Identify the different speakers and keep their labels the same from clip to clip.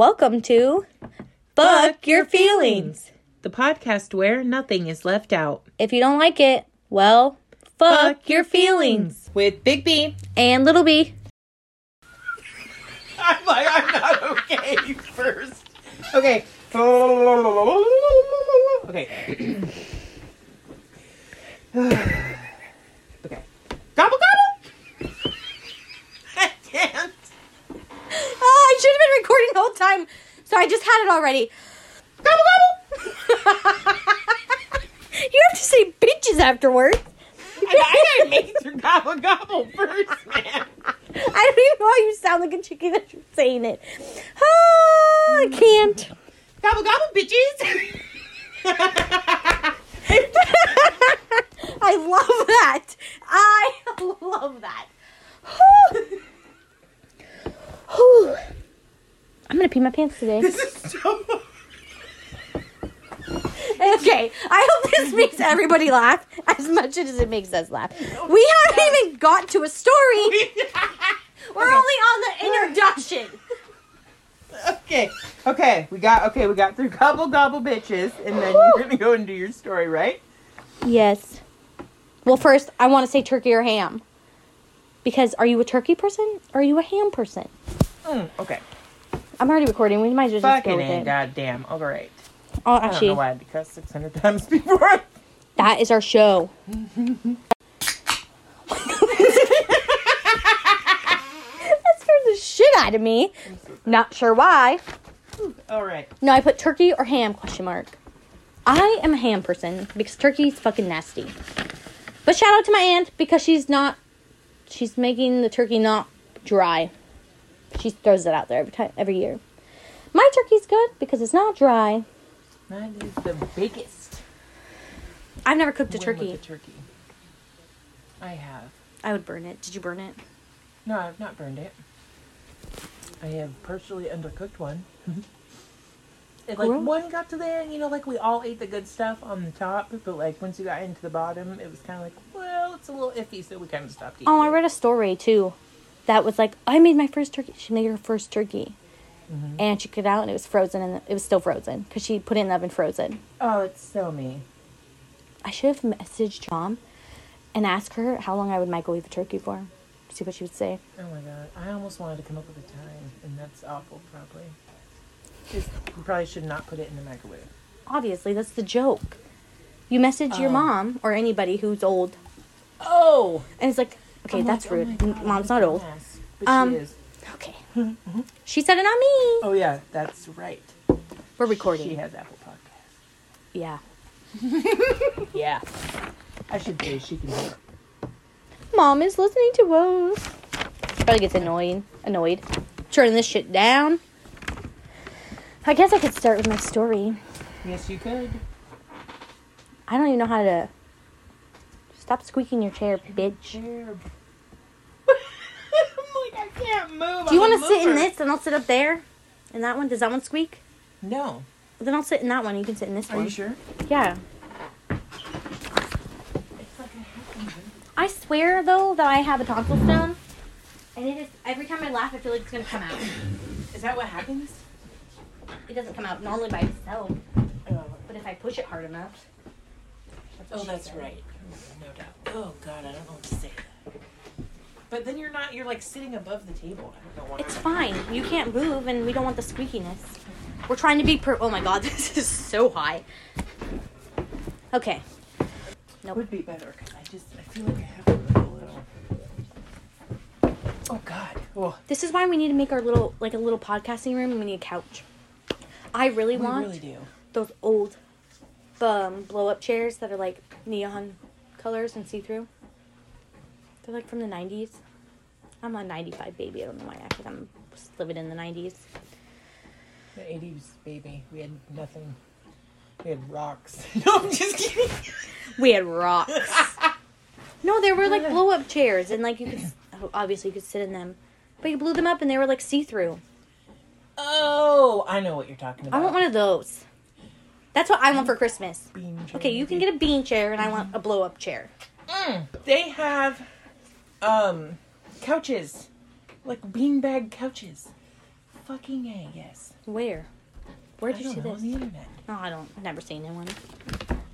Speaker 1: Welcome to Buck Your Feelings.
Speaker 2: the podcast where nothing is left out.
Speaker 1: If you don't like it, well, fuck, your feelings.
Speaker 2: With Big B.
Speaker 1: And Little B.
Speaker 2: I'm like, I'm not okay first. Okay. Okay. okay. Gobble gobble! I can't.
Speaker 1: Oh, I should have been recording the whole time, so I just had it already.
Speaker 2: Gobble gobble!
Speaker 1: You have to say bitches afterwards.
Speaker 2: I gotta make it through gobble gobble first, man.
Speaker 1: I don't even know how you sound like a chicken as you're saying it. Oh, I can't.
Speaker 2: Gobble gobble, bitches!
Speaker 1: I love that. I love that. Whew. Whew. I'm gonna pee my pants today.
Speaker 2: this is so.
Speaker 1: Okay, I hope this makes everybody laugh as much as it makes us laugh. We haven't even got to a story. We're only on the introduction.
Speaker 2: okay, okay, we got okay, we got through gobble gobble bitches, and then you're gonna go and do your story, right?
Speaker 1: Yes. Well, first, I want to say turkey or ham. Because are you a turkey person or are you a ham person?
Speaker 2: Mm, okay,
Speaker 1: I'm already recording. We might as well just go
Speaker 2: fucking
Speaker 1: with
Speaker 2: in,
Speaker 1: it.
Speaker 2: goddamn. All right,
Speaker 1: I'll
Speaker 2: I don't know
Speaker 1: actually,
Speaker 2: why I had to cuss six hundred times before.
Speaker 1: that is our show. that scared the shit out of me. Not sure why.
Speaker 2: All right,
Speaker 1: No, I put turkey or ham question mark. I am a ham person because turkey's fucking nasty. But shout out to my aunt because she's not she's making the turkey not dry. She throws that out there every time every year. My turkey's good because it's not dry.
Speaker 2: that is the biggest
Speaker 1: I've never cooked a
Speaker 2: win with
Speaker 1: turkey.
Speaker 2: the turkey. I have
Speaker 1: I would burn it. Did you burn it?
Speaker 2: no, I've not burned it. I have partially undercooked one. And like
Speaker 1: Gross.
Speaker 2: one got to there, and you know, like we all ate the good stuff on the top, but like once you got into the bottom, it was kind of like, well, it's a little iffy, so we kind of stopped eating.
Speaker 1: Oh, I
Speaker 2: it.
Speaker 1: read a story too that was like, I made my first turkey. She made her first turkey.
Speaker 2: Mm-hmm.
Speaker 1: And she took it out and it was frozen and it was still frozen because she put it in the oven frozen.
Speaker 2: Oh, it's so me.
Speaker 1: I should have messaged mom and asked her how long I would microwave a turkey for. See what she would say.
Speaker 2: Oh my god, I almost wanted to come up with a time, and that's awful, probably. Just, you probably should not put it in the microwave.
Speaker 1: Obviously, that's the joke. You message your mom or anybody who's old,
Speaker 2: Oh,
Speaker 1: and it's like, okay,
Speaker 2: I'm
Speaker 1: that's
Speaker 2: like, oh my
Speaker 1: rude.
Speaker 2: God,
Speaker 1: M- Mom's not old.
Speaker 2: yes, but
Speaker 1: Um,
Speaker 2: she is.
Speaker 1: Okay. she said it, not me.
Speaker 2: Oh yeah, that's right.
Speaker 1: We're
Speaker 2: She
Speaker 1: recording.
Speaker 2: has Apple Podcast.
Speaker 1: Yeah.
Speaker 2: Yeah, I should say she can hear. it.
Speaker 1: Mom is listening to us. She probably gets annoyed. Annoyed. Turning this shit down. I guess I could start with my story.
Speaker 2: Yes, you could.
Speaker 1: I don't even know how to. Stop squeaking your chair, bitch.
Speaker 2: Sure. I'm like, I can't move.
Speaker 1: Do you
Speaker 2: I'm a
Speaker 1: want to sit in
Speaker 2: mover.
Speaker 1: this and I'll sit up there? And that one? Does that one squeak?
Speaker 2: No.
Speaker 1: Then I'll sit in that one. You can sit in this
Speaker 2: Are
Speaker 1: one.
Speaker 2: you sure?
Speaker 1: Yeah. I swear though that I have a tonsil stone, and it is every time I laugh, I feel like it's gonna come out.
Speaker 2: Is that what happens?
Speaker 1: It doesn't come out normally by itself,
Speaker 2: Oh,
Speaker 1: but if I push it hard enough. what
Speaker 2: Oh,
Speaker 1: she
Speaker 2: that's
Speaker 1: said.
Speaker 2: right. No doubt. Oh God, I don't know what to say. But then you're not. You're like sitting above the table. I don't know why.
Speaker 1: It's fine. You can't move, and we don't want the squeakiness. We're trying to be per. Oh my god, this is so high. Okay.
Speaker 2: It would be better. 'cause I just. I feel like I have to move a little. Oh God. Oh,
Speaker 1: This is why we need to make our little like a little podcasting room and we need a couch. I really
Speaker 2: we
Speaker 1: want
Speaker 2: really do.
Speaker 1: those old um, blow up chairs that are like neon colors and see through. They're like from the nineties. I'm a ninety five baby, I don't know why I act like I'm just living in the nineties.
Speaker 2: The '80s, baby. We had nothing. We had rocks. no, I'm just kidding.
Speaker 1: We had rocks. no, there were like blow up chairs and like you could obviously you could sit in them. But you blew them up and they were like see through.
Speaker 2: Oh, I know what you're talking about.
Speaker 1: I want one of those. That's what I want for Christmas.
Speaker 2: Bean chair.
Speaker 1: Okay, you can get a bean chair, and I want a blow up chair.
Speaker 2: Mm, they have, um, couches, like beanbag couches. fucking A, yes.
Speaker 1: Where? Where did
Speaker 2: I
Speaker 1: you see
Speaker 2: don't know,
Speaker 1: this?
Speaker 2: On the internet.
Speaker 1: No, I don't. I've never seen anyone.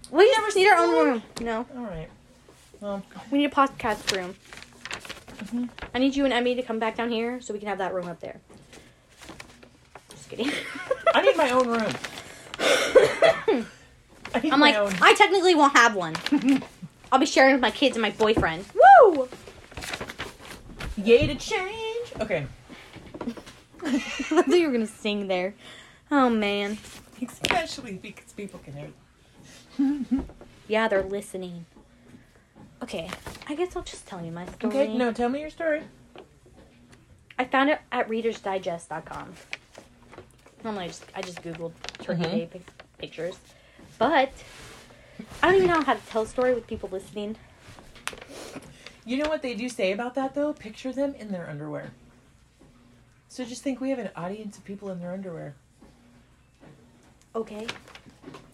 Speaker 1: We never need our own room. No,
Speaker 2: All right. Well,
Speaker 1: we need a podcast room.
Speaker 2: Mm-hmm.
Speaker 1: I need you and Emmy to come back down here so we can have that room up there. Just kidding.
Speaker 2: I need my own room. I need
Speaker 1: I'm
Speaker 2: my
Speaker 1: like,
Speaker 2: own.
Speaker 1: I technically won't have one. I'll be sharing with my kids and my boyfriend.
Speaker 2: Woo! Yay to change. Okay.
Speaker 1: I thought you were gonna sing there. Oh man.
Speaker 2: Especially because people can hear.
Speaker 1: Yeah, they're listening. Okay, I guess I'll just tell you my story.
Speaker 2: Okay. No, tell me your story.
Speaker 1: I found it at readersdigest.com. Normally, I just I just googled turkey
Speaker 2: Mhm.
Speaker 1: day pic- pictures, but I don't even know how to tell a story with people listening.
Speaker 2: You know what they do say about that though? Picture them in their underwear. So just think we have an audience of people in their underwear.
Speaker 1: Okay, so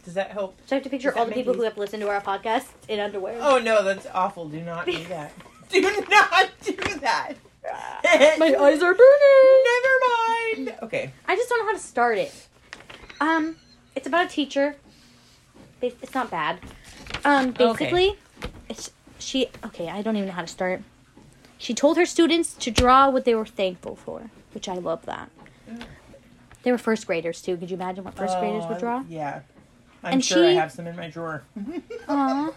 Speaker 2: Does that help?
Speaker 1: I have to picture
Speaker 2: Does that
Speaker 1: all the
Speaker 2: make
Speaker 1: people
Speaker 2: it
Speaker 1: who have listened to our podcast in underwear.
Speaker 2: Oh no, that's awful. Do not do that. do not do that.
Speaker 1: My eyes are burning.
Speaker 2: Never mind. Okay.
Speaker 1: I just don't know how to start it. Um, it's about a teacher. Ba- It's not bad. Um, basically, it's she. Okay, I don't even know how to start. She told her students to draw what they were thankful for, which I love that. They were first graders too. Could you imagine what first graders
Speaker 2: Oh, I-
Speaker 1: would draw?
Speaker 2: Yeah. I'm
Speaker 1: Uh, And
Speaker 2: sure I
Speaker 1: she-
Speaker 2: have some in my drawer.
Speaker 1: Aw.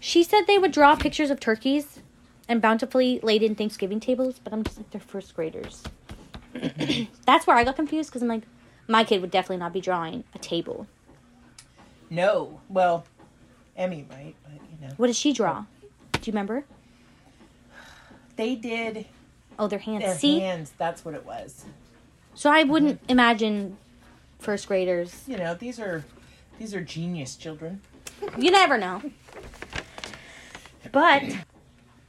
Speaker 1: She said they would draw pictures of turkeys and bountifully laid in Thanksgiving tables, but I'm just like, they're first graders. That's where I got confused because I'm like, my kid would definitely not be drawing a table.
Speaker 2: No. Well, Emmy might, but you know.
Speaker 1: What did she draw? Do you remember?
Speaker 2: They did
Speaker 1: Oh, their hands.
Speaker 2: their
Speaker 1: See?
Speaker 2: hands. That's what it was.
Speaker 1: So I wouldn't imagine first graders.
Speaker 2: You know, these are these are genius children.
Speaker 1: You never know. But,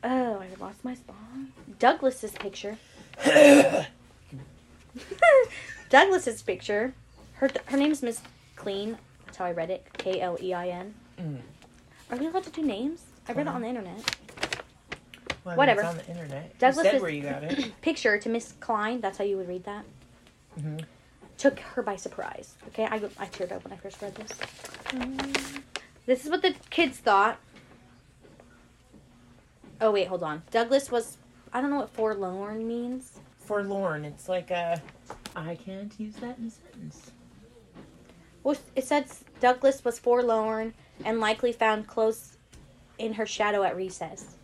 Speaker 1: oh, I lost my spot. Douglas's picture. Douglas's picture. Her, her name's Miss Clean. That's how I read it. K L E I N.
Speaker 2: Mm.
Speaker 1: Are we allowed to do names? I read it on the internet.
Speaker 2: Well,
Speaker 1: Whatever.
Speaker 2: It's on the internet.
Speaker 1: Douglas
Speaker 2: you said
Speaker 1: is-
Speaker 2: where you got it.
Speaker 1: Picture to Miss Klein. That's how you would read that.
Speaker 2: hmm
Speaker 1: took her by surprise. Okay, I, I teared up when I first read this. Mm. This is what the kids thought. Oh wait, hold on. Douglas was I don't know what forlorn means.
Speaker 2: Forlorn. It's like a. I can't use that in a sentence.
Speaker 1: Well, it said Douglas was forlorn and likely found close in her shadow at recess.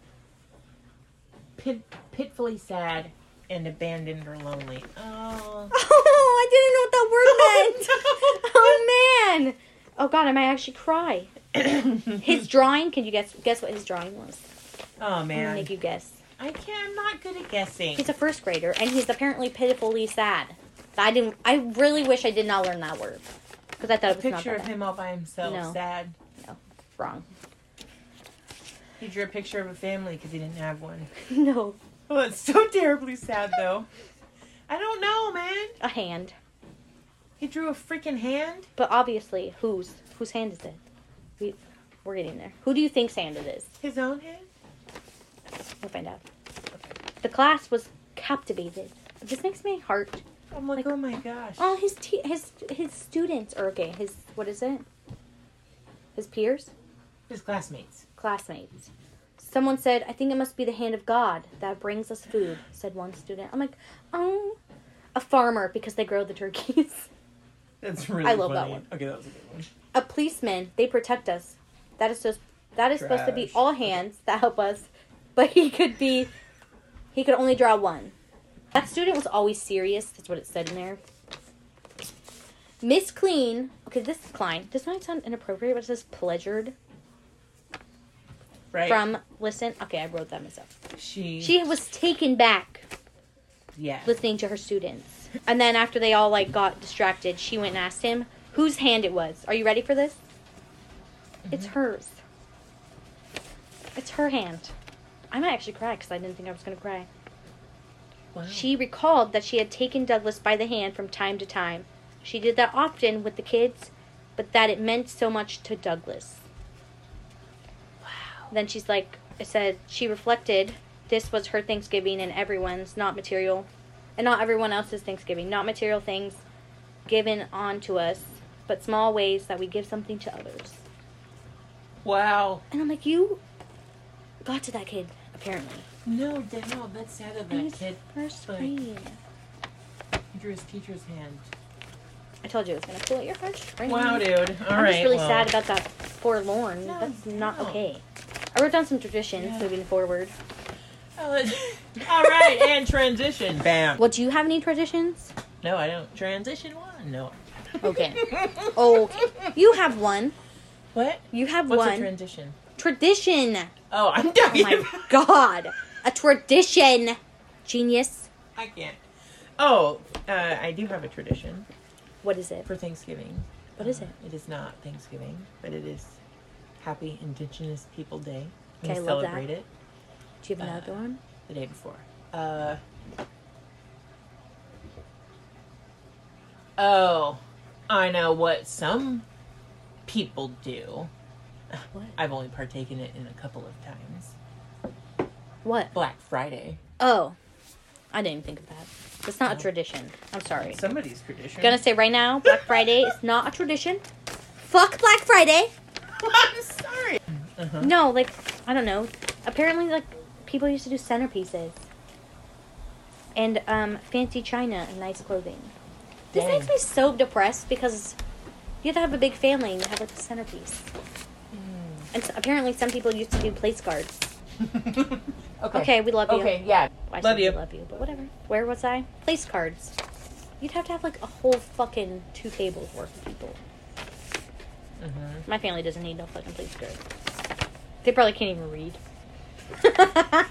Speaker 2: Pit, pitfully sad and abandoned or lonely. Oh.
Speaker 1: Oh, I didn't know what that word meant. oh man. Oh god, I might actually cry. His drawing. Can you guess? Guess what his drawing was?
Speaker 2: oh
Speaker 1: I'm gonna
Speaker 2: man.
Speaker 1: make you guess.
Speaker 2: I can't. I'm not good at guessing.
Speaker 1: He's a first grader, and he's apparently pitifully sad. I didn't. I really wish I did not learn that word because I thought it was not
Speaker 2: picture
Speaker 1: that
Speaker 2: of
Speaker 1: bad.
Speaker 2: him all by himself,
Speaker 1: No.
Speaker 2: sad.
Speaker 1: wrong.
Speaker 2: He drew a picture of a family because he didn't have one.
Speaker 1: no,
Speaker 2: Well, it's so terribly sad, though. I don't know, man.
Speaker 1: a hand.
Speaker 2: He drew a freaking hand.
Speaker 1: But obviously, whose whose hand is it? We, we're getting there. Who do you think's hand it is?
Speaker 2: His own hand.
Speaker 1: We'll find out. The class was captivated. It just makes me heart.
Speaker 2: I'm like,
Speaker 1: Like-
Speaker 2: oh my gosh.
Speaker 1: Oh, his te- his his students or okay, his what is it? His peers,
Speaker 2: His classmates.
Speaker 1: classmates. Someone said, "I think it must be the hand of God that brings us food," said one student. I'm like, "Oh, a farmer because they grow the turkeys."
Speaker 2: That's really.
Speaker 1: I love that funny. one.
Speaker 2: Okay, that was a good one.
Speaker 1: a policeman. They protect us. That is just that is supposed to be
Speaker 2: Trash.
Speaker 1: all hands that help us, but he could be he could only draw one. That student was always serious. That's what it said in there. Miss Clean. Okay, this is Klein. This might sound inappropriate, but it says pleasured
Speaker 2: Right.
Speaker 1: from listen. Okay, I wrote that myself.
Speaker 2: she.
Speaker 1: She was taken back
Speaker 2: Yeah.
Speaker 1: listening to her students, and then after they all like got distracted, she went and asked him whose hand it was. Are you ready for this? It's hers. It's her hand. I might actually cry because I didn't think I was going to cry.
Speaker 2: Wow.
Speaker 1: She recalled that she had taken Douglas by the hand from time to time. She did that often with the kids, but that it meant so much to Douglas. Wow. Then she's like, it said, she reflected this was her Thanksgiving and everyone's, not material. and not everyone else's thanksgiving, not material things given onto us, but small ways that we give something to others.
Speaker 2: Wow.
Speaker 1: And I'm like, you got to that kid, apparently.
Speaker 2: No, Daniel, that's sad of
Speaker 1: And
Speaker 2: that
Speaker 1: it's
Speaker 2: kid.
Speaker 1: First
Speaker 2: but-
Speaker 1: grade.
Speaker 2: He drew his teacher's hand.
Speaker 1: I told you it was gonna pull at your heartstrings.
Speaker 2: Wow, dude. All right.
Speaker 1: I'm just really
Speaker 2: well,
Speaker 1: sad about that for Lorne.
Speaker 2: No,
Speaker 1: That's not
Speaker 2: no.
Speaker 1: okay. I wrote down some traditions
Speaker 2: Yeah.
Speaker 1: moving forward.
Speaker 2: I'll let- All right, and transition. Bam.
Speaker 1: Well, do you have any traditions?
Speaker 2: No, I don't. Transition one. No.
Speaker 1: Okay. Okay. You have one.
Speaker 2: What?
Speaker 1: You have
Speaker 2: What's a
Speaker 1: one.
Speaker 2: transition?
Speaker 1: tradition.
Speaker 2: Oh, I'm
Speaker 1: Oh
Speaker 2: talking
Speaker 1: my
Speaker 2: about-
Speaker 1: god. A tradition. Genius.
Speaker 2: I can't. Oh, uh, I do have a tradition
Speaker 1: What is it?
Speaker 2: for Thanksgiving. Uh,
Speaker 1: What is it?
Speaker 2: It is not Thanksgiving, but it is Happy Indigenous People Day.
Speaker 1: Okay, I
Speaker 2: we
Speaker 1: love that.
Speaker 2: celebrate it
Speaker 1: Do you have
Speaker 2: Uh,
Speaker 1: another one?
Speaker 2: the day before. Uh, oh, I know what some people do.
Speaker 1: What?
Speaker 2: I've only partaken it in a couple of times.
Speaker 1: What?
Speaker 2: Black Friday.
Speaker 1: Oh. I didn't think of that. It's
Speaker 2: Oh.
Speaker 1: not a tradition. I'm sorry.
Speaker 2: Somebody's tradition.
Speaker 1: Gonna say right now, Black Friday is not a tradition. Fuck Black Friday.
Speaker 2: I'm sorry. Uh-huh.
Speaker 1: No, like I don't know. Apparently, like people used to do centerpieces and um, fancy china and nice clothing. This
Speaker 2: Dang.
Speaker 1: makes me so depressed because you have to have a big family and you have like a centerpiece. And so, apparently, some people used to do place cards.
Speaker 2: okay.
Speaker 1: Okay, we love you.
Speaker 2: Okay. Yeah.
Speaker 1: I
Speaker 2: Love you.
Speaker 1: Love you, but whatever. Where was I? Place cards. You'd have to have like a whole fucking two tables worth of people.
Speaker 2: Mhm.
Speaker 1: My family doesn't need no fucking police guard. They probably can't even read. that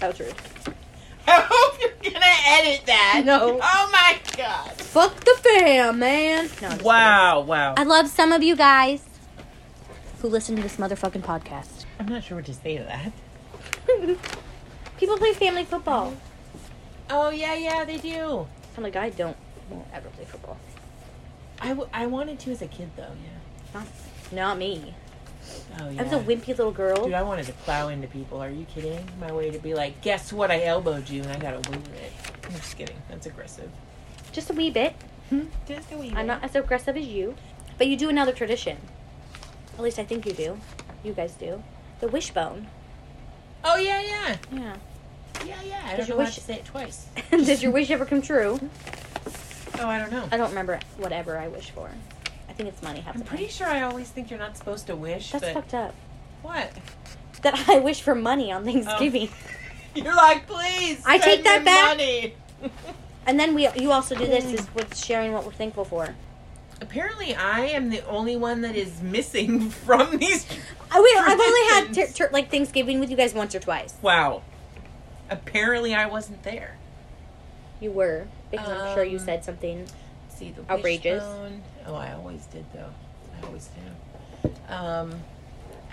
Speaker 1: was rude.
Speaker 2: I hope you're gonna edit that.
Speaker 1: No.
Speaker 2: Oh my god.
Speaker 1: Fuck the fam, man. No, I'm just
Speaker 2: Wow. Wow.
Speaker 1: kidding. I love some of you guys who listen to this motherfucking podcast.
Speaker 2: I'm not sure what to say to that.
Speaker 1: People play family football.
Speaker 2: Oh yeah, yeah, they do.
Speaker 1: I'm like, I don't won't ever play football.
Speaker 2: I, w- I wanted to as a kid though. Yeah.
Speaker 1: Not, not me.
Speaker 2: Oh yeah.
Speaker 1: I was a wimpy little girl.
Speaker 2: Dude, I wanted to plow into people. Are you kidding? My way to be like, guess what? I elbowed you, and I got over it. I'm just kidding. That's aggressive.
Speaker 1: Just a wee bit.
Speaker 2: Just a wee
Speaker 1: I'm not as aggressive as you. But you do another tradition. At least I think you do. You guys do. The wishbone.
Speaker 2: Oh yeah, yeah,
Speaker 1: Yeah.
Speaker 2: yeah, yeah. I
Speaker 1: Did
Speaker 2: don't
Speaker 1: you
Speaker 2: know why I
Speaker 1: wish-
Speaker 2: have to say it twice.
Speaker 1: Did your wish ever come true?
Speaker 2: Oh, I don't know.
Speaker 1: I don't remember whatever I wish for. I think it's money. half
Speaker 2: I'm
Speaker 1: the
Speaker 2: pretty
Speaker 1: time.
Speaker 2: sure I always think you're not supposed to wish,
Speaker 1: That's
Speaker 2: but
Speaker 1: fucked up.
Speaker 2: what?
Speaker 1: That I wish for money
Speaker 2: Oh.
Speaker 1: on Thanksgiving,
Speaker 2: You're like, please.
Speaker 1: I take
Speaker 2: send
Speaker 1: that
Speaker 2: me
Speaker 1: back.
Speaker 2: Money.
Speaker 1: and then we you also do
Speaker 2: Hmm.
Speaker 1: this is with sharing what we're thankful for.
Speaker 2: Apparently, I am the only one that is missing from these.
Speaker 1: I wait, I've only had ter-
Speaker 2: Traditions.
Speaker 1: ter- like Thanksgiving with you guys once or twice.
Speaker 2: Wow. Apparently, I wasn't there.
Speaker 1: You were because I'm sure you
Speaker 2: Um,
Speaker 1: said something.
Speaker 2: See the
Speaker 1: Outrageous.
Speaker 2: wishbone. Oh, I always did though. I always do. Um,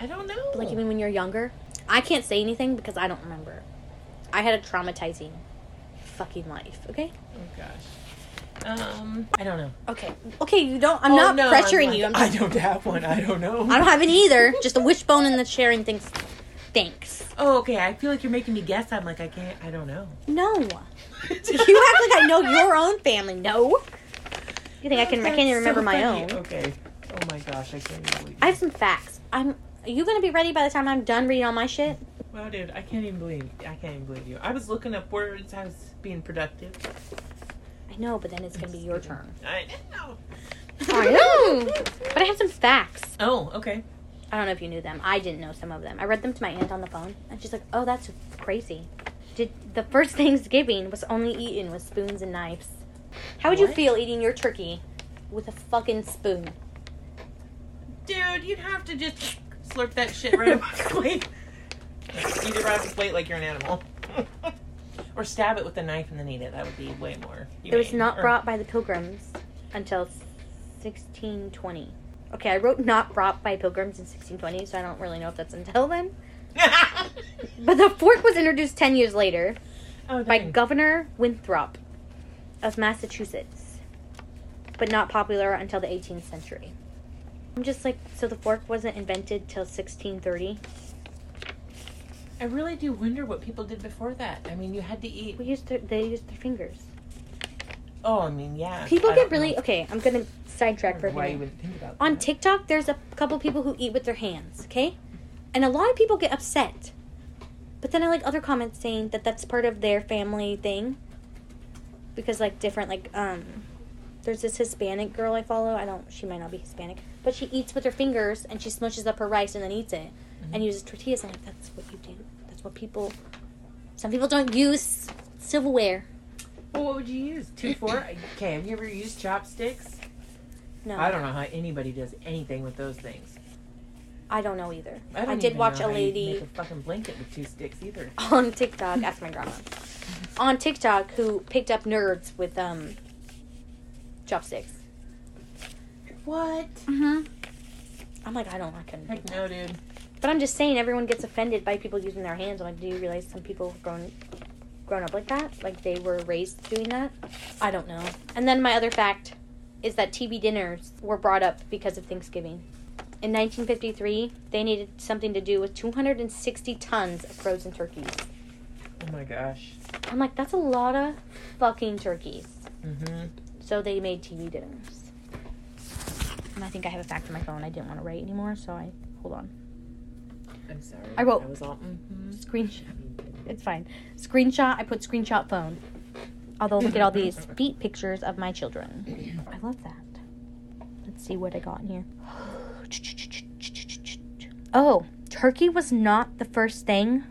Speaker 2: I don't know.
Speaker 1: Like even when you're younger, I can't say anything because I don't remember. I had a traumatizing fucking life. Okay.
Speaker 2: oh gosh. Um, I don't know.
Speaker 1: Okay. Okay. You don't. I'm
Speaker 2: Oh,
Speaker 1: not
Speaker 2: no,
Speaker 1: pressuring
Speaker 2: I'm
Speaker 1: you. I'm
Speaker 2: like,
Speaker 1: just,
Speaker 2: I don't have one. I don't know.
Speaker 1: I don't have any either. Just the wishbone and the sharing things. Thanks.
Speaker 2: Oh, okay. I feel like you're making me guess. I'm like, I can't. I don't know.
Speaker 1: No. You act like I know your own family. No. You think I can? I can't even remember my own.
Speaker 2: Okay. Oh my gosh, I can't even believe.
Speaker 1: I have some facts. I'm. Are you gonna be ready by the time I'm done reading all my shit?
Speaker 2: Wow, dude, I can't even believe. I can't even believe you. I was looking up words. I was being productive.
Speaker 1: I know, but then it's gonna be your turn.
Speaker 2: I know.
Speaker 1: I know. But I have some facts.
Speaker 2: Oh, okay.
Speaker 1: I don't know if you knew them. I didn't know some of them. I read them to my aunt on the phone, and she's like, "Oh, that's crazy." Did the first Thanksgiving was only eaten with spoons and knives? How would you
Speaker 2: What?
Speaker 1: feel eating your turkey with a fucking spoon?
Speaker 2: Dude, you'd have to just slurp that shit right up the plate. Eat it right off the plate like you're an animal. or stab it with a knife and then eat it. That would be way more.
Speaker 1: It was
Speaker 2: humane.
Speaker 1: not
Speaker 2: Or-
Speaker 1: brought by the pilgrims until 1620. Okay, I wrote not brought by pilgrims in 1620, so I don't really know if that's until then. But the fork was introduced 10 years later
Speaker 2: oh,
Speaker 1: by
Speaker 2: dang.
Speaker 1: Governor Winthrop of Massachusetts, but not popular until the 18th century. I'm just like, so the fork wasn't invented till 1630.
Speaker 2: I really do wonder what people did before that. I mean, you had to eat.
Speaker 1: We used their, they used their fingers.
Speaker 2: Oh, I mean, yeah.
Speaker 1: People
Speaker 2: I
Speaker 1: get
Speaker 2: don't
Speaker 1: really
Speaker 2: know.
Speaker 1: okay. I'm gonna sidetrack for a
Speaker 2: Why you
Speaker 1: minute.
Speaker 2: would think about
Speaker 1: On
Speaker 2: that.
Speaker 1: TikTok, there's a couple people who eat with their hands. Okay, and a lot of people get upset. But then I like other comments saying that that's part of their family thing. Because like different like um, there's this Hispanic girl I follow. I don't. She might not be Hispanic, but she eats with her fingers and she smushes up her rice and then eats it
Speaker 2: Mm-hmm.
Speaker 1: and uses tortillas. I'm like, that's what you do. That's what people. Some people don't use silverware.
Speaker 2: Well, what would you use? Two, four? Okay, have you ever used chopsticks?
Speaker 1: No,
Speaker 2: I don't know how anybody does anything with those things.
Speaker 1: I don't know either.
Speaker 2: I, don't
Speaker 1: I
Speaker 2: even
Speaker 1: did watch
Speaker 2: know
Speaker 1: a
Speaker 2: how you
Speaker 1: lady
Speaker 2: Make a fucking blanket with two sticks either.
Speaker 1: on TikTok. Ask my grandma. On TikTok, who picked up nerds with um chopsticks.
Speaker 2: What?
Speaker 1: Mm-hmm. I'm like, I don't like them.
Speaker 2: Heck no, dude.
Speaker 1: But I'm just saying, everyone gets offended by people using their hands. I'm like, do you realize some people have grown grown up like that? Like they were raised doing that? I don't know. And then my other fact is that TV dinners were brought up because of Thanksgiving. In 1953, they needed something to do with 260 tons of frozen turkeys.
Speaker 2: Oh my gosh.
Speaker 1: I'm like, that's a lot of fucking turkeys.
Speaker 2: Mm-hmm.
Speaker 1: So they made TV dinners. And I think I have a fact on my phone I didn't want to write anymore, so I hold on.
Speaker 2: I'm sorry.
Speaker 1: I wrote-
Speaker 2: I was all. Mm-hmm.
Speaker 1: Screenshot. It's fine. Screenshot. I put screenshot phone. Although look at all these feet pictures of my children. I love that. Let's see what I got in here. Oh, turkey was not the first thing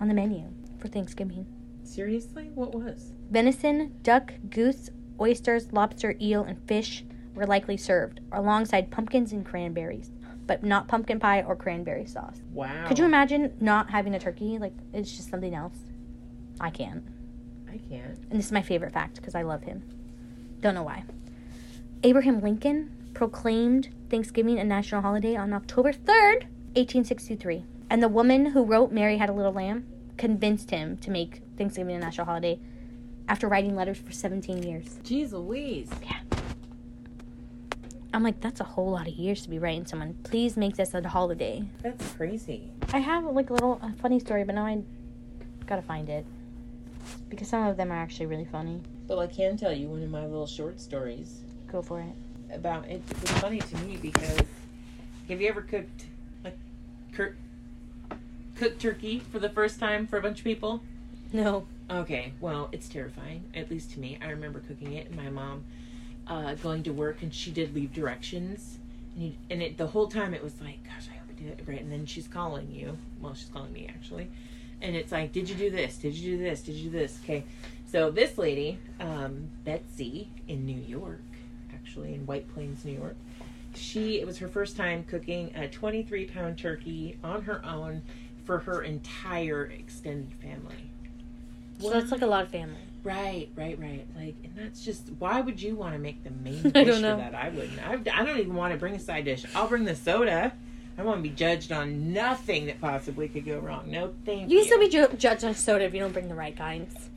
Speaker 1: on the menu for Thanksgiving.
Speaker 2: Seriously, what was?
Speaker 1: Venison, duck, goose, oysters, lobster, eel, and fish were likely served alongside pumpkins and cranberries, but not pumpkin pie or cranberry sauce.
Speaker 2: Wow.
Speaker 1: Could you imagine not having a turkey? Like it's just something else. I can't.
Speaker 2: I can't.
Speaker 1: And this is my favorite fact because I love him. Don't know why. Abraham Lincoln proclaimed Thanksgiving a national holiday on October 3rd, 1863. And the woman who wrote Mary Had a Little Lamb convinced him to make Thanksgiving a national holiday after writing letters for 17 years.
Speaker 2: Jeez Louise.
Speaker 1: I'm like, that's a whole lot of years to be writing someone. Please make this a holiday.
Speaker 2: That's crazy.
Speaker 1: I have like a little a funny story, but now I gotta find it because some of them are actually really funny.
Speaker 2: Well, I can tell you one of my little short stories
Speaker 1: Go for it.
Speaker 2: about it. It was funny to me because have you ever cooked like cur- cooked turkey for the first time for a bunch of people?
Speaker 1: No.
Speaker 2: Okay, well, it's terrifying, at least to me. I remember cooking it, and my mom uh, going to work, and she did leave directions, and, you, and it, the whole time it was like, gosh, I hope I did it right. And then she's calling you. Well, she's calling me actually, and it's like, did you do this? Did you do this? Did you do this? Okay, so this lady, um, Betsy, in New York, actually in White Plains, New York. She it was her first time cooking a 23 pound turkey on her own for her entire extended family.
Speaker 1: So it's like a lot of family.
Speaker 2: Right, right, right. Like, and that's just why would you want to make the main
Speaker 1: I
Speaker 2: dish
Speaker 1: don't
Speaker 2: for
Speaker 1: know.
Speaker 2: that? I wouldn't. I, I don't even want to bring a side dish. I'll bring the soda. I want to be judged on nothing that possibly could go wrong. No, thank
Speaker 1: You
Speaker 2: you.
Speaker 1: can still be ju- judged on soda if you don't bring the right kinds,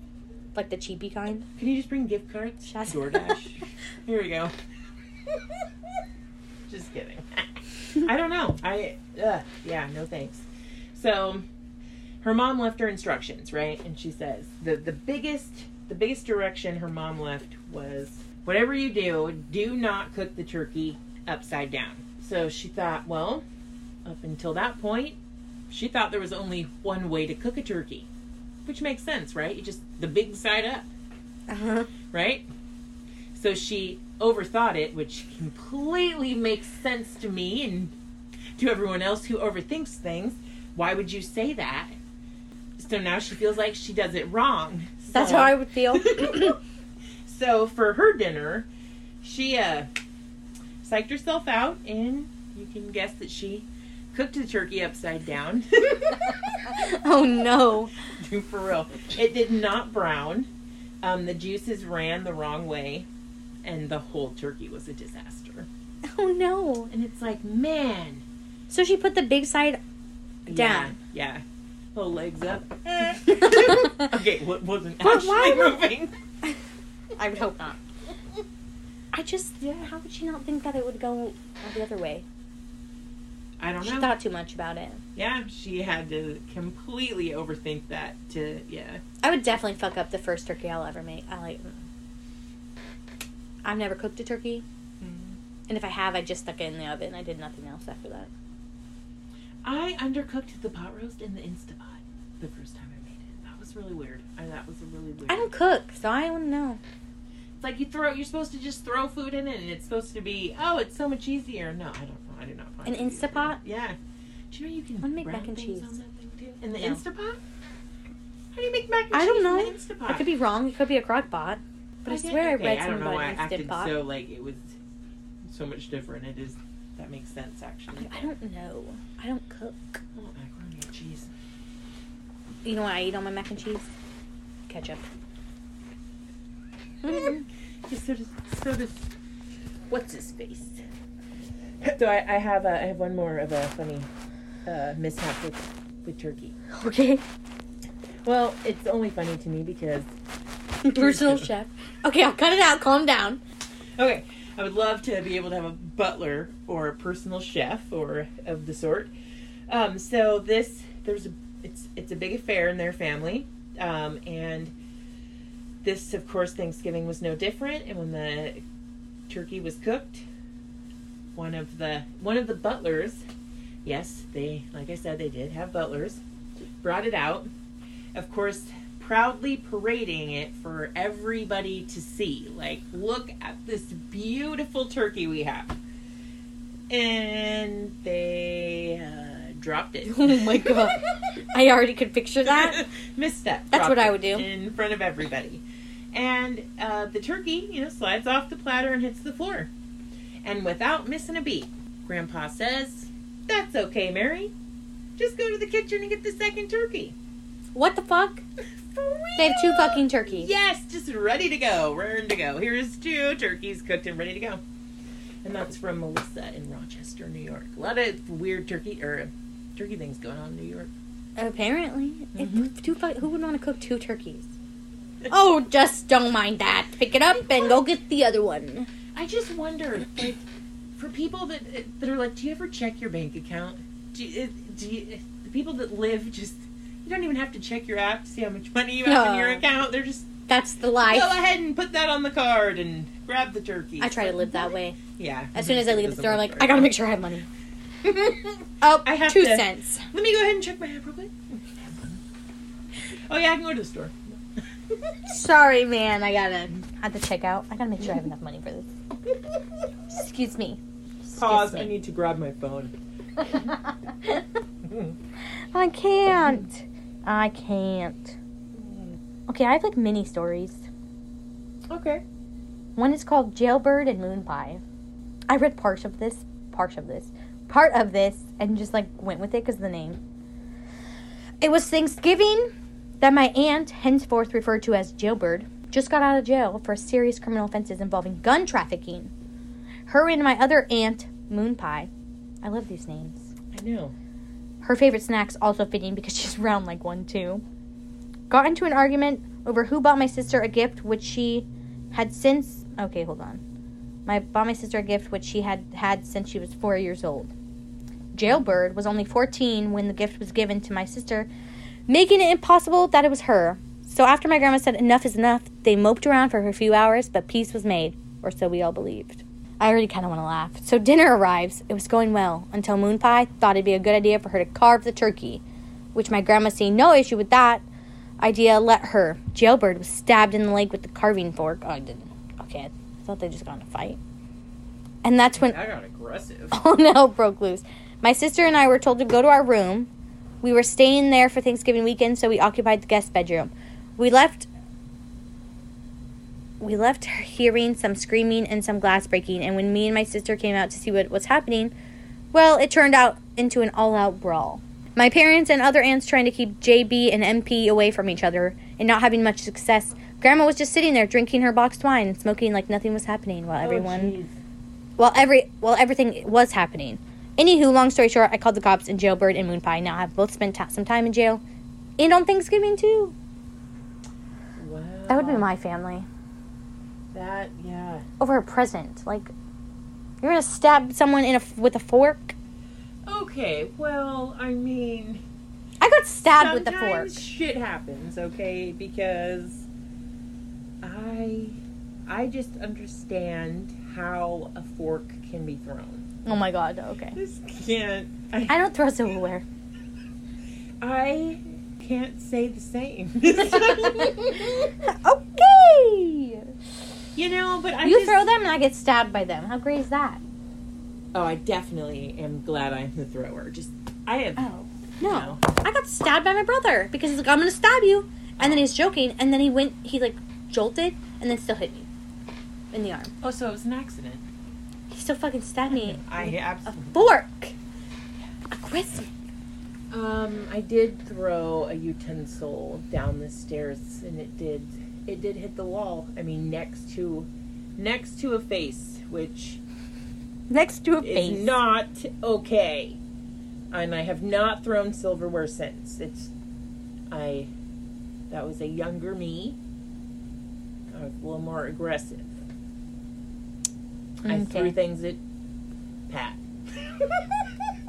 Speaker 1: like the cheapy kind.
Speaker 2: Can you just bring gift cards?
Speaker 1: Shut-
Speaker 2: DoorDash. Here we go. Just kidding. I don't know. I uh, yeah, no thanks. So her mom left her instructions, right? And she says the the biggest the biggest direction her mom left was whatever you do, do not cook the turkey upside down. So she thought, well, up until that point, she thought there was only one way to cook a turkey, which makes sense, right? You just the big side up
Speaker 1: Uh-huh.
Speaker 2: right? So she overthought it, which completely makes sense to me and to everyone else who overthinks things. Why would you say that? So now she feels like she does it wrong.
Speaker 1: That's
Speaker 2: So-
Speaker 1: how I would feel.
Speaker 2: so for her dinner, she uh, psyched herself out, and you can guess that she cooked the turkey upside down.
Speaker 1: oh no.
Speaker 2: Dude, for real. It did not brown. Um, the juices ran the wrong way, and the whole turkey was a disaster.
Speaker 1: Oh no.
Speaker 2: And it's like, man,
Speaker 1: So she put the big side. Down.
Speaker 2: yeah, yeah. little legs up.
Speaker 1: I
Speaker 2: okay, what wasn't
Speaker 1: But
Speaker 2: actually
Speaker 1: why would-
Speaker 2: moving?
Speaker 1: would hope not. I just, how would she not think that it would go the other way?
Speaker 2: I don't
Speaker 1: She
Speaker 2: know.
Speaker 1: thought too much about it.
Speaker 2: yeah, she had to completely overthink that. To yeah,
Speaker 1: I would definitely fuck up the first turkey I'll ever make. I like. mm. I've never cooked a turkey,
Speaker 2: Mm-hmm.
Speaker 1: and if I have, I just stuck it in the oven. I did nothing else after that.
Speaker 2: I undercooked the pot roast in the Instapot the first time I made it. That was really weird. I, that was a really weird.
Speaker 1: I don't cook, so I don't know.
Speaker 2: It's like you throw. You're supposed to just throw food in it, and it's supposed to be. Oh, it's so much easier. No, I don't know. I do not find
Speaker 1: An
Speaker 2: it easy.
Speaker 1: Instapot?
Speaker 2: Yeah. Do you know you can
Speaker 1: I wanna make
Speaker 2: brown
Speaker 1: mac and
Speaker 2: things
Speaker 1: cheese.
Speaker 2: on that thing too? In the
Speaker 1: No.
Speaker 2: Instapot? How do you make mac and
Speaker 1: I
Speaker 2: cheese
Speaker 1: don't
Speaker 2: in
Speaker 1: know.
Speaker 2: the Instapot?
Speaker 1: I could be wrong. It could be a crock pot. But I
Speaker 2: Okay,
Speaker 1: swear I
Speaker 2: okay,
Speaker 1: read
Speaker 2: I
Speaker 1: something
Speaker 2: don't know
Speaker 1: about
Speaker 2: why I
Speaker 1: an
Speaker 2: acted
Speaker 1: instant pot.
Speaker 2: so like it was so much different. It is. That makes sense actually.
Speaker 1: I don't know. I don't cook.
Speaker 2: Oh, macaroni and cheese.
Speaker 1: You know what I eat on my mac and cheese? Ketchup.
Speaker 2: Yeah, so does so does what's his face? So I, I have a, I have one more of a funny uh, mishap with with turkey.
Speaker 1: Okay.
Speaker 2: Well, it's only funny to me because
Speaker 1: Personal chef. Okay, I'll cut it out. Calm down.
Speaker 2: okay, I would love to be able to have a butler or a personal chef or of the sort. Um, so this there's a it's it's a big affair in their family, um, and this of course Thanksgiving was no different. And when the turkey was cooked, one of the one of the butlers, yes, they like I said they did have butlers, brought it out. Of course, proudly parading it for everybody to see. Like, look at this beautiful turkey we have. And they uh, dropped it.
Speaker 1: Oh my God. I already could picture that.
Speaker 2: misstep.
Speaker 1: That's what
Speaker 2: Dropped
Speaker 1: I
Speaker 2: it
Speaker 1: would do.
Speaker 2: in front of everybody. And uh, the turkey, you know, slides off the platter and hits the floor. And without missing a beat, Grandpa says, "That's okay, Mary. Just go to the kitchen and get the second turkey."
Speaker 1: What the fuck?
Speaker 2: For
Speaker 1: They have two
Speaker 2: real?
Speaker 1: fucking turkeys.
Speaker 2: Yes, just ready to go, raring to go. Here's two turkeys cooked and ready to go. And that's from Melissa in Rochester, New York. A lot of weird turkey or turkey things going on in New York.
Speaker 1: Apparently. If-
Speaker 2: Mhm.
Speaker 1: two fu- who would want to cook two turkeys? Oh, just don't mind that. Pick it up and go get the other one.
Speaker 2: I just wonder, like, for people that that are like, do you ever check your bank account? Do you, do you, the people that live just you don't even have to check your app to see how much money you have in
Speaker 1: No.
Speaker 2: your account. They're just
Speaker 1: That's the
Speaker 2: go
Speaker 1: life.
Speaker 2: ahead and put that on the card and grab the turkey.
Speaker 1: I try to live that way.
Speaker 2: Yeah.
Speaker 1: As soon as I leave the
Speaker 2: Doesn't
Speaker 1: store, I'm
Speaker 2: work
Speaker 1: like,
Speaker 2: very
Speaker 1: I gotta
Speaker 2: well.
Speaker 1: make sure I have money. Oh,
Speaker 2: I have
Speaker 1: two
Speaker 2: to-
Speaker 1: cents.
Speaker 2: Let me go ahead and check my app real quick. Oh yeah, I can go to the store.
Speaker 1: Sorry, man. I gotta at the checkout. I gotta make sure I have enough money for this. Excuse me. Excuse
Speaker 2: Pause.
Speaker 1: me.
Speaker 2: I need to grab my phone.
Speaker 1: I can't. I can't. Okay, I have like mini stories.
Speaker 2: Okay.
Speaker 1: One is called Jailbird and Moon Pie. I read part of this, part of this, part of this, and just like went with it because the name. It was Thanksgiving that my aunt, henceforth referred to as Jailbird, just got out of jail for serious criminal offenses involving gun trafficking. Her and my other aunt, Moon Pie, I love these names.
Speaker 2: I know.
Speaker 1: Her favorite snack's also fitting because she's round like one too. Got into an argument over who bought my sister a gift, which she had since. Okay, hold on. My bought my sister a gift which she had had since she was four years old. Jailbird was only fourteen when the gift was given to my sister, making it impossible that it was her. So after my grandma said enough is enough, they moped around for a few hours, but peace was made, or so we all believed. I already kind of want to laugh. So dinner arrives. It was going well until Moon Pie thought it'd be a good idea for her to carve the turkey, which my grandma, seeing no issue with that idea, let her. Jailbird was stabbed in the leg with the carving fork. Oh, I didn't. Okay, I thought they just got in a fight. And that's when
Speaker 2: I got aggressive.
Speaker 1: all hell broke loose. My sister and I were told to go to our room. We were staying there for Thanksgiving weekend, so we occupied the guest bedroom. We left. We left her hearing some screaming and some glass breaking, and when me and my sister came out to see what was happening, well, it turned out into an all out brawl. My parents and other aunts trying to keep JB and MP away from each other and not having much success. Grandma was just sitting there drinking her boxed wine and smoking like nothing was happening
Speaker 2: Oh,
Speaker 1: while everyone well, every well everything was happening. Anywho, long story short, I called the cops, and Jailbird and Moon Pie now have both spent ta- some time in jail, and on Thanksgiving too.
Speaker 2: Wow.
Speaker 1: That would be my family
Speaker 2: That yeah.
Speaker 1: over a present. Like, you're gonna stab someone in a f- with a fork.
Speaker 2: Okay. Well, I mean,
Speaker 1: I got stabbed with the fork.
Speaker 2: sometimes shit happens. Okay, because I I just understand how a fork can be thrown.
Speaker 1: Oh my god, okay.
Speaker 2: This can't.
Speaker 1: I
Speaker 2: I,
Speaker 1: don't throw silverware.
Speaker 2: I can't say the same.
Speaker 1: okay!
Speaker 2: you know, but I
Speaker 1: you
Speaker 2: just,
Speaker 1: throw them and I get stabbed by them. How great is that?
Speaker 2: Oh, I definitely am glad I'm the thrower. Just I have.
Speaker 1: Oh. No. I got stabbed by my brother because he's like, I'm gonna stab you. And then he's joking. And then he went, he like jolted and then still hit me in the arm.
Speaker 2: Oh, so it was an accident.
Speaker 1: He still fucking stabbed me.
Speaker 2: I
Speaker 1: A
Speaker 2: absolutely.
Speaker 1: fork! A crisp.
Speaker 2: Um, I did throw a utensil down the stairs, and it did it did hit the wall. I mean, next to next to a face, which
Speaker 1: Next to a
Speaker 2: is not okay. And I have not thrown silverware since. It's I that was a younger me. I was a little more aggressive. I threw
Speaker 1: Okay.
Speaker 2: things at Pat.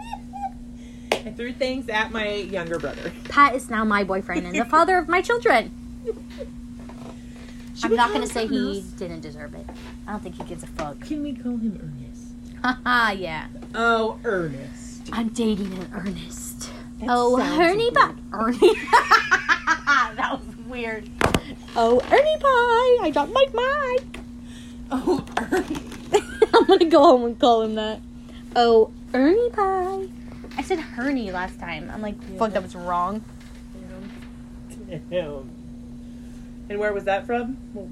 Speaker 2: I threw things at my younger brother.
Speaker 1: Pat is now my boyfriend and the father of my children.
Speaker 2: Should
Speaker 1: I'm
Speaker 2: we
Speaker 1: not
Speaker 2: call
Speaker 1: gonna
Speaker 2: him
Speaker 1: say he
Speaker 2: Ernest?
Speaker 1: didn't deserve it. I don't think he gives a fuck.
Speaker 2: Can we call him Ernest?
Speaker 1: Haha, yeah.
Speaker 2: Oh, Ernest.
Speaker 1: I'm dating an Ernest.
Speaker 2: That
Speaker 1: oh,
Speaker 2: sounds
Speaker 1: Ernie
Speaker 2: weird.
Speaker 1: Pie. Ernie. that was weird. Oh, Ernie Pie. I dropped my mic.
Speaker 2: Oh, Ernie.
Speaker 1: I'm going to go home and call him that. Oh, Ernie Pie. I said Hernie last time. I'm like, fuck, that was wrong.
Speaker 2: And where was that from? Well,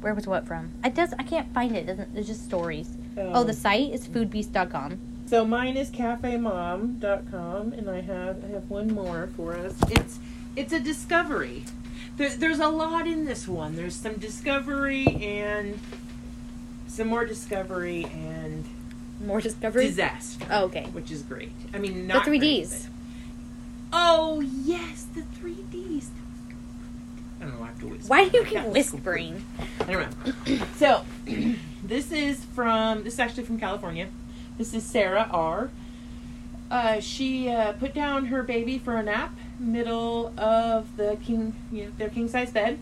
Speaker 1: Where was what from? It does. I can't find it. it doesn't, it's just stories. oh,
Speaker 2: um,
Speaker 1: the site is foodbeast.com.
Speaker 2: So mine is cafemom.com, and I have I have one more for us. It's it's a discovery. There, there's a lot in this one. There's some discovery and some more discovery and
Speaker 1: More discoveries.
Speaker 2: disaster,
Speaker 1: Oh, okay.
Speaker 2: which is great. I mean, not
Speaker 1: three
Speaker 2: great,
Speaker 1: Ds.
Speaker 2: but- Oh yes, the three Ds. I don't know. I have to whisper.
Speaker 1: Why do you
Speaker 2: I
Speaker 1: keep
Speaker 2: got-
Speaker 1: whispering?
Speaker 2: I don't know. So, this is from this is actually from California. This is Sarah R. Uh, she uh, put down her baby for a nap, middle of the king, you know, their king size bed,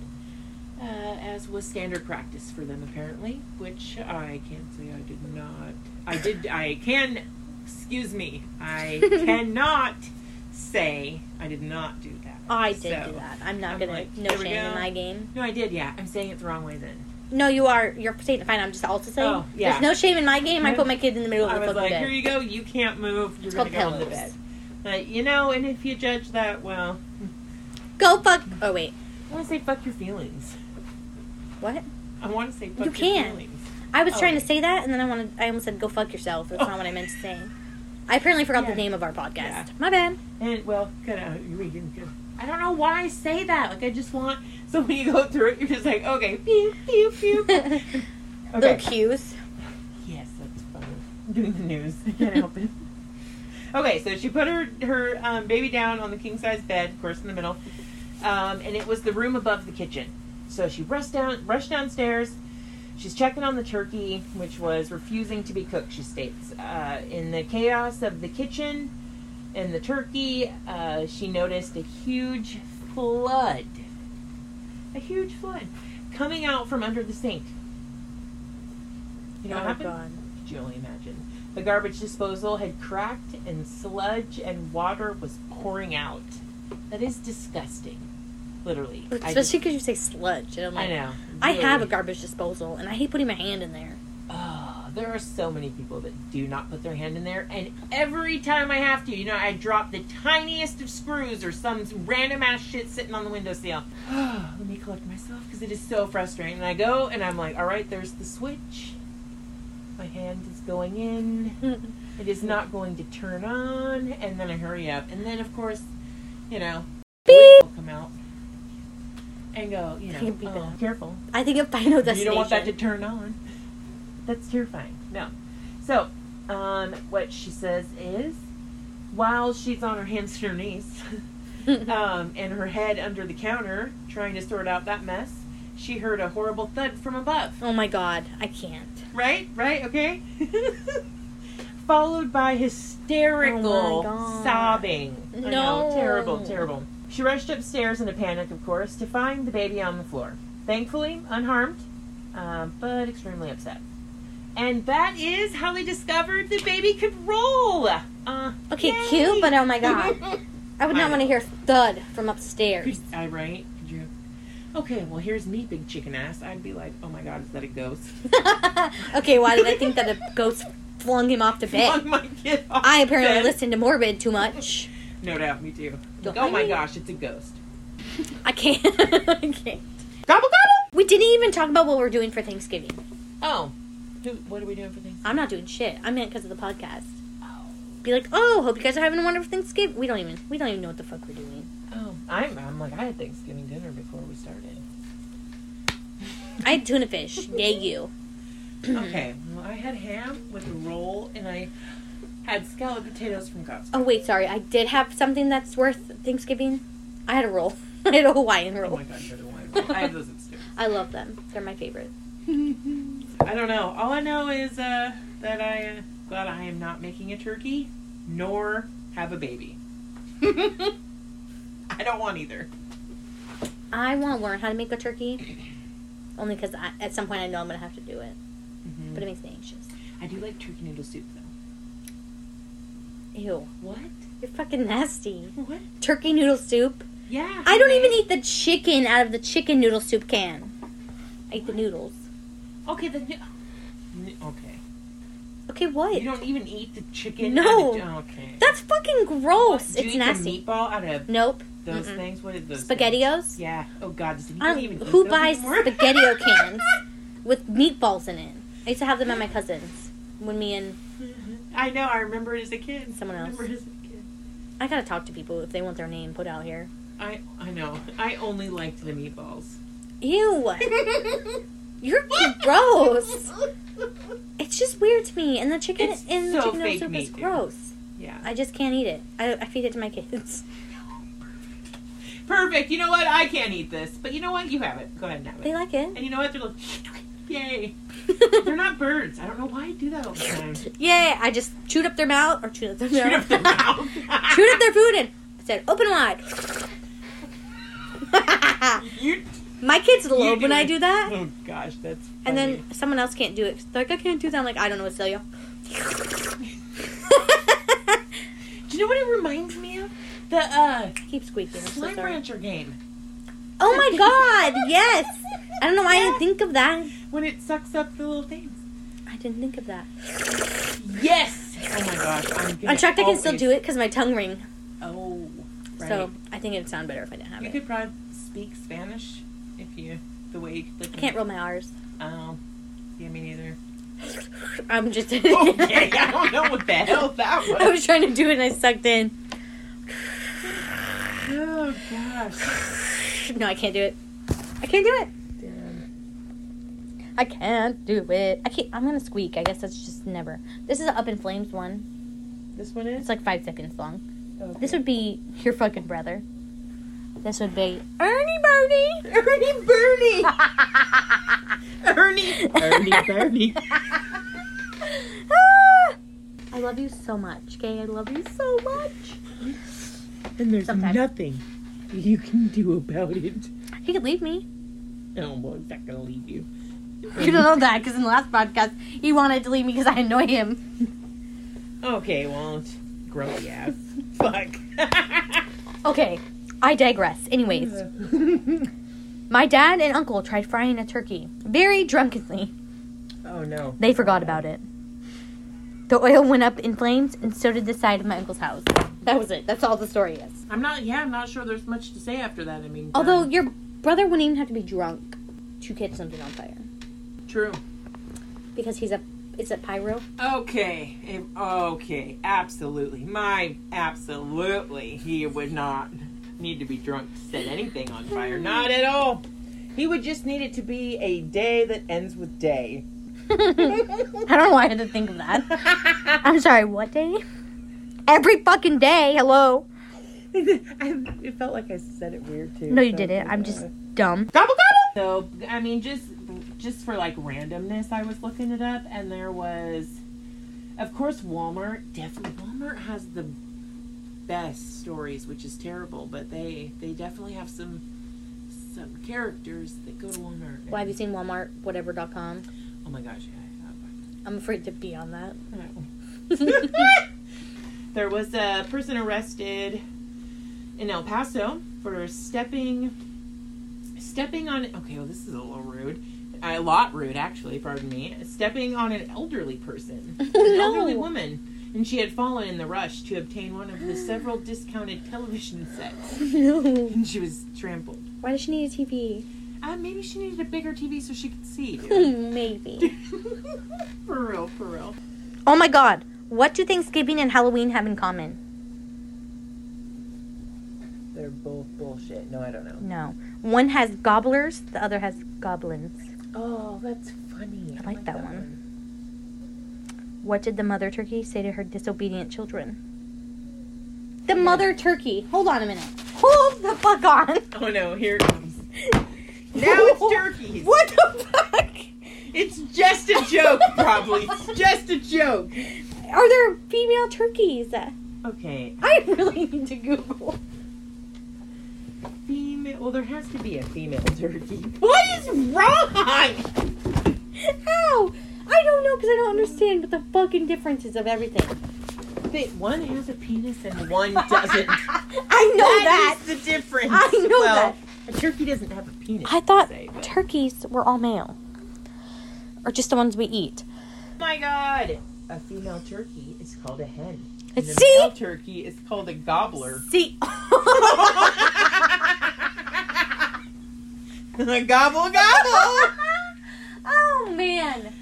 Speaker 2: uh, as was standard practice for them apparently. Which I can't say I did not. I did. I can. Excuse me. I cannot say I did not do that.
Speaker 1: I did
Speaker 2: So-
Speaker 1: do that. I'm not
Speaker 2: I'm
Speaker 1: gonna
Speaker 2: like,
Speaker 1: no
Speaker 2: here we
Speaker 1: shame in
Speaker 2: go.
Speaker 1: my game.
Speaker 2: No, I did. Yeah, I'm saying it the wrong way then.
Speaker 1: No, you are. You're saying it fine. I'm just also saying.
Speaker 2: Oh, yeah. Mm-hmm.
Speaker 1: There's no shame in my game. I put my kid in the middle of
Speaker 2: I
Speaker 1: the
Speaker 2: was
Speaker 1: fucking
Speaker 2: like,
Speaker 1: bed.
Speaker 2: here you go, you can't move, you're
Speaker 1: It's
Speaker 2: gonna
Speaker 1: called
Speaker 2: go on the bed.
Speaker 1: pillows.
Speaker 2: Like, you know, and if you judge that, well,
Speaker 1: Go fuck. Oh wait,
Speaker 2: I want to say fuck your feelings.
Speaker 1: what?
Speaker 2: I want to say fuck
Speaker 1: You
Speaker 2: your
Speaker 1: can.
Speaker 2: feelings.
Speaker 1: I was
Speaker 2: Oh,
Speaker 1: trying to
Speaker 2: wait.
Speaker 1: say that, and then I wanted. I almost said go fuck yourself. That's not what I meant to say. I apparently forgot
Speaker 2: Yeah.
Speaker 1: the name of our podcast.
Speaker 2: Yeah.
Speaker 1: My bad.
Speaker 2: And well, good. Uh, we didn't good. I don't know why I say that. Like I just want. So when you go through it, you're just like, okay, pew pew pew. okay.
Speaker 1: Little cues.
Speaker 2: Yes, that's funny. I'm doing the news. I can't help it. Okay, so she put her her um, baby down on the king size bed, of course, in the middle, um, and it was the room above the kitchen. So she rushed down, rushed downstairs. She's checking on the turkey, which was refusing to be cooked. She states, uh, in the chaos of the kitchen and the turkey, uh, she noticed a huge flood, a huge flood coming out from under the sink. You know what happened? Could you only imagine? The garbage disposal had cracked, and sludge and water was pouring out. That is disgusting, literally. I, just-
Speaker 1: Especially because you say sludge. And I'm
Speaker 2: I
Speaker 1: like,
Speaker 2: know.
Speaker 1: I have a
Speaker 2: Really.
Speaker 1: garbage disposal, and I hate putting my hand in there.
Speaker 2: Oh, there are so many people that do not put their hand in there, and every time I have to, you know, I drop the tiniest of screws or some random ass shit sitting on the windowsill. Let me collect myself because it is so frustrating. And I go and I'm like, all right, there's the switch. My hand is going in. It is not going to turn on, and then I hurry up, and then of course, you know,
Speaker 1: Beep.
Speaker 2: will come out and go, you know,
Speaker 1: Can't beat
Speaker 2: oh,
Speaker 1: that.
Speaker 2: careful.
Speaker 1: I think of final destination.
Speaker 2: You don't want that to turn on. That's terrifying. No. So, um, what she says is, while she's on her hands and her knees, um, and her head under the counter trying to sort out that mess, she heard a horrible thud from above.
Speaker 1: oh my god, I can't.
Speaker 2: Right, right, okay. Followed by hysterical
Speaker 1: Oh my God.
Speaker 2: sobbing. I know,
Speaker 1: No.
Speaker 2: terrible, terrible. She rushed upstairs in a panic, of course, to find the baby on the floor. Thankfully, unharmed, um, but extremely upset. And that is how they discovered the baby could roll. Uh,
Speaker 1: Okay,
Speaker 2: yay.
Speaker 1: cute, but oh my god. I would
Speaker 2: I
Speaker 1: not want to
Speaker 2: know.
Speaker 1: hear thud from upstairs.
Speaker 2: Could I right? Could you? Okay, well here's me, big chicken ass. I'd be like, oh my god, is that a ghost?
Speaker 1: okay, why did I think that a ghost flung him off the
Speaker 2: Flung
Speaker 1: bed?
Speaker 2: my kid off
Speaker 1: I apparently
Speaker 2: bed.
Speaker 1: listened to Morbid too much.
Speaker 2: No doubt, me too.
Speaker 1: Don't-
Speaker 2: oh my
Speaker 1: I mean-
Speaker 2: gosh, it's a ghost.
Speaker 1: I can't. I can't.
Speaker 2: Gobble gobble.
Speaker 1: We didn't even talk about what we're doing for Thanksgiving.
Speaker 2: Oh, Who, what are we doing for things?
Speaker 1: I'm not doing shit. I meant because of the podcast.
Speaker 2: Oh,
Speaker 1: Be like, oh, hope you guys are having a wonderful Thanksgiving. We don't even. We don't even know what the fuck we're doing.
Speaker 2: oh, I'm, I'm like I had Thanksgiving dinner before we started.
Speaker 1: I had tuna fish. Yay, you.
Speaker 2: Okay, well I had ham with a roll, and I had scalloped potatoes from Costco.
Speaker 1: Oh wait, sorry. I did have something that's worth Thanksgiving. I had a roll. I had a Hawaiian
Speaker 2: Oh
Speaker 1: roll.
Speaker 2: my god, you're the one. I had those upstairs.
Speaker 1: I love them. They're my favorite.
Speaker 2: I don't know. All I know is uh, that I am glad I am not making a turkey, nor have a baby. I don't want either.
Speaker 1: I want to learn how to make a turkey, only because at some point I know I'm gonna have to do it.
Speaker 2: Mm-hmm.
Speaker 1: But it makes me anxious.
Speaker 2: I do like turkey noodle soup though.
Speaker 1: Ew,
Speaker 2: What?
Speaker 1: you're fucking nasty.
Speaker 2: What?
Speaker 1: Turkey noodle soup.
Speaker 2: Yeah.
Speaker 1: I don't even eat the chicken out of the chicken noodle soup can. I eat the noodles.
Speaker 2: Okay, then. you- N- Okay.
Speaker 1: Okay, what?
Speaker 2: You don't even eat the chicken.
Speaker 1: No.
Speaker 2: out of- okay.
Speaker 1: That's fucking gross.
Speaker 2: Do you
Speaker 1: It's
Speaker 2: eat
Speaker 1: nasty.
Speaker 2: The meatball out of
Speaker 1: Nope.
Speaker 2: those
Speaker 1: Mm-mm.
Speaker 2: things. What is those? things?
Speaker 1: Spaghettios.
Speaker 2: Yeah. Oh God. does anyone
Speaker 1: I don't,
Speaker 2: even eat
Speaker 1: who
Speaker 2: those
Speaker 1: buys
Speaker 2: anymore?
Speaker 1: spaghettio cans with meatballs in it? I used to have them at my cousin's when me and
Speaker 2: I know. I remember it as a kid.
Speaker 1: Someone
Speaker 2: I
Speaker 1: else.
Speaker 2: remember it as a kid.
Speaker 1: I gotta talk to people if they want their name put out here.
Speaker 2: I I know. I only liked the meatballs.
Speaker 1: Ew, you're gross. It's just weird to me, and the chicken
Speaker 2: It's
Speaker 1: in the
Speaker 2: so
Speaker 1: chicken noodle
Speaker 2: fake
Speaker 1: soup is
Speaker 2: meat, dude.
Speaker 1: gross.
Speaker 2: yeah.
Speaker 1: I just can't eat it. I, I feed it to my kids.
Speaker 2: Perfect. You know what? I can't eat this, but you know what? You have it. Go ahead and have
Speaker 1: They
Speaker 2: it.
Speaker 1: like it.
Speaker 2: And you know what? They're like, yay. They're not birds. I don't know why I do that all the time.
Speaker 1: yeah, I just chewed up their mouth or chewed up their
Speaker 2: Shoot
Speaker 1: mouth.
Speaker 2: up the mouth.
Speaker 1: chewed up their food and I said, "Open wide."
Speaker 2: You-
Speaker 1: my kids
Speaker 2: you
Speaker 1: lobe when I do that.
Speaker 2: Oh gosh, that's. Funny.
Speaker 1: And then someone else can't do it. They're like, I can't do that. I'm like, I don't know what to tell you.
Speaker 2: do you know what it reminds me of? The uh,
Speaker 1: Keep squeaking. I'm so
Speaker 2: Slime
Speaker 1: sorry.
Speaker 2: Rancher game.
Speaker 1: Oh my god, yes! I don't know why I didn't think of that.
Speaker 2: When it sucks up the little things.
Speaker 1: I didn't think of that.
Speaker 2: Yes. Oh my gosh, I'm. Gonna
Speaker 1: In fact, I can still
Speaker 2: always-
Speaker 1: do it because my tongue ring.
Speaker 2: Oh. Right.
Speaker 1: So I think it'd sound better if I didn't have
Speaker 2: You
Speaker 1: it.
Speaker 2: could probably speak Spanish if you the way you could, like.
Speaker 1: I can't roll my R's.
Speaker 2: Um, yeah, me neither.
Speaker 1: I'm just.
Speaker 2: Okay, I don't know what the hell that was.
Speaker 1: I was trying to do it and I sucked in.
Speaker 2: Oh gosh.
Speaker 1: No, I can't do it. I can't do it. I can't do it. I can't. I'm gonna squeak. I guess that's just never. This is an up in flames one.
Speaker 2: This one is.
Speaker 1: It's like five seconds long.
Speaker 2: Okay.
Speaker 1: This would be your fucking brother. This would be Ernie Bernie. Ernie Bernie.
Speaker 2: Ernie. Ernie. Ernie.
Speaker 1: Ah! I love you so much, okay? I love you so much.
Speaker 2: And there's
Speaker 1: Sometimes.
Speaker 2: nothing you can do about it.
Speaker 1: He could leave me.
Speaker 2: Oh, well, it's not gonna leave you.
Speaker 1: You don't know that because in the last podcast he wanted to leave me because I annoy him.
Speaker 2: Okay, well, it's grody ass. Fuck.
Speaker 1: Okay, I digress. Anyways, my dad and uncle tried frying a turkey very drunkenly.
Speaker 2: oh no.
Speaker 1: They forgot about it. The oil went up in flames, and so did the side of my uncle's house. That was it. That's all the story is.
Speaker 2: I'm not. Yeah, I'm not sure there's much to say after that. I mean,
Speaker 1: Although
Speaker 2: um,
Speaker 1: your brother wouldn't even have to be drunk to catch something on fire
Speaker 2: true.
Speaker 1: because he's a it's a pyro.
Speaker 2: Okay. if- okay. Absolutely. My absolutely. He would not need to be drunk to set anything on fire. Not at all. He would just need it to be a day that ends with day.
Speaker 1: I don't know why I had to think of that. I'm sorry. What day? Every fucking day. Hello.
Speaker 2: I, it felt like I said it weird too.
Speaker 1: No, you
Speaker 2: so-
Speaker 1: didn't. I'm just dumb.
Speaker 2: gobble gobble. So I mean, just just for like randomness, I was looking it up, and there was, of course, Walmart. Definitely, Walmart has the best stories, which is terrible, but they they definitely have some some characters that go to Walmart.
Speaker 1: Well, have you seen Walmart, whatever.com?
Speaker 2: Oh my gosh, yeah.
Speaker 1: I'm afraid to be on that.
Speaker 2: I have one. there was a person arrested in El Paso for stepping stepping on okay, well this is a little rude. A lot rude actually, pardon me. Stepping on an elderly person. An elderly
Speaker 1: No.
Speaker 2: woman. And she had fallen in the rush to obtain one of the several discounted television sets.
Speaker 1: no.
Speaker 2: And she was trampled.
Speaker 1: Why does she need a TV?
Speaker 2: Uh, maybe she needed a bigger TV so she could see. dude.
Speaker 1: Maybe.
Speaker 2: for real, for real.
Speaker 1: Oh my god. What do Thanksgiving and Halloween have in common?
Speaker 2: They're both bullshit. No, I don't know.
Speaker 1: No. One has gobblers, the other has goblins.
Speaker 2: Oh, that's funny. Oh
Speaker 1: I like that one. What did the mother turkey say to her disobedient children? The mother turkey. Hold on a minute. Hold the fuck on.
Speaker 2: Oh no, here it comes. Now it's turkeys.
Speaker 1: What the fuck?
Speaker 2: It's just a joke, probably. It's just a joke.
Speaker 1: Are there female turkeys?
Speaker 2: Okay,
Speaker 1: I really need to Google.
Speaker 2: female. Well, there has to be a female turkey. What is wrong?
Speaker 1: How? I don't know because I don't understand what the fucking differences of everything.
Speaker 2: They, one has a penis and one doesn't.
Speaker 1: I know that.
Speaker 2: is the difference.
Speaker 1: I know
Speaker 2: well, that. A turkey doesn't have a penis.
Speaker 1: I thought
Speaker 2: per se, but-
Speaker 1: turkeys were all male, or just the ones we eat.
Speaker 2: Oh my god. A female turkey is called a hen. And a
Speaker 1: See?
Speaker 2: male turkey is called a gobbler.
Speaker 1: See,
Speaker 2: gobble gobble.
Speaker 1: oh man,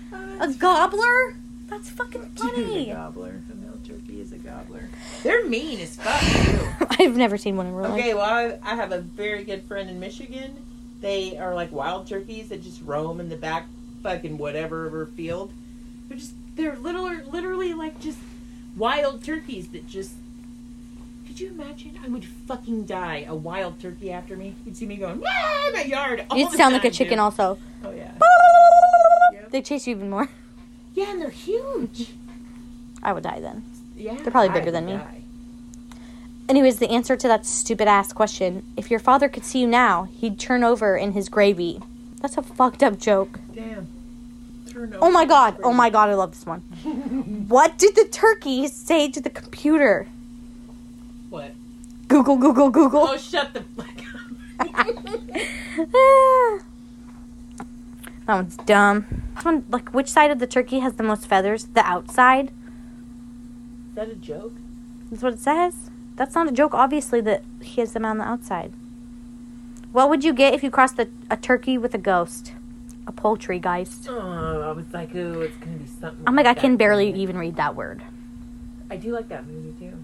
Speaker 1: a gobbler? That's fucking
Speaker 2: Dude, a
Speaker 1: funny.
Speaker 2: gobbler. A male turkey is a gobbler. They're mean as fuck too.
Speaker 1: I've never seen one in real life.
Speaker 2: Okay, well I, I have a very good friend in Michigan. They are like wild turkeys that just roam in the back fucking whatever of her field. They're just they're literally literally like just wild turkeys that just could you imagine? I would fucking die a wild turkey after me. You'd see me going, Wah! in my yard. All
Speaker 1: You'd
Speaker 2: the
Speaker 1: sound like a
Speaker 2: time,
Speaker 1: chicken,
Speaker 2: dude.
Speaker 1: also.
Speaker 2: Oh yeah. Yep.
Speaker 1: They chase you even more.
Speaker 2: Yeah, and they're huge.
Speaker 1: I would die then.
Speaker 2: Yeah.
Speaker 1: They're probably
Speaker 2: I
Speaker 1: bigger
Speaker 2: would
Speaker 1: than me.
Speaker 2: die.
Speaker 1: Anyways, the answer to that stupid ass question if your father could see you now, he'd turn over in his gravy. That's a fucked up joke.
Speaker 2: Damn. Turn
Speaker 1: Oh my god, oh my god, I love this one. What did the turkey say to the computer?
Speaker 2: What?
Speaker 1: Google, Google, Google.
Speaker 2: Oh, shut the fuck up.
Speaker 1: Ah. that one's dumb. This one, like, which side of the turkey has the most feathers? The outside?
Speaker 2: Is that a joke?
Speaker 1: That's what it says. That's not a joke, obviously, that he has them on the outside. What would you get if you crossed the, a turkey with a ghost? A poultry geist.
Speaker 2: Oh, I was like, oh, it's gonna be something.
Speaker 1: I'm like, I
Speaker 2: like
Speaker 1: can
Speaker 2: that.
Speaker 1: barely even read that word.
Speaker 2: I do like that movie too.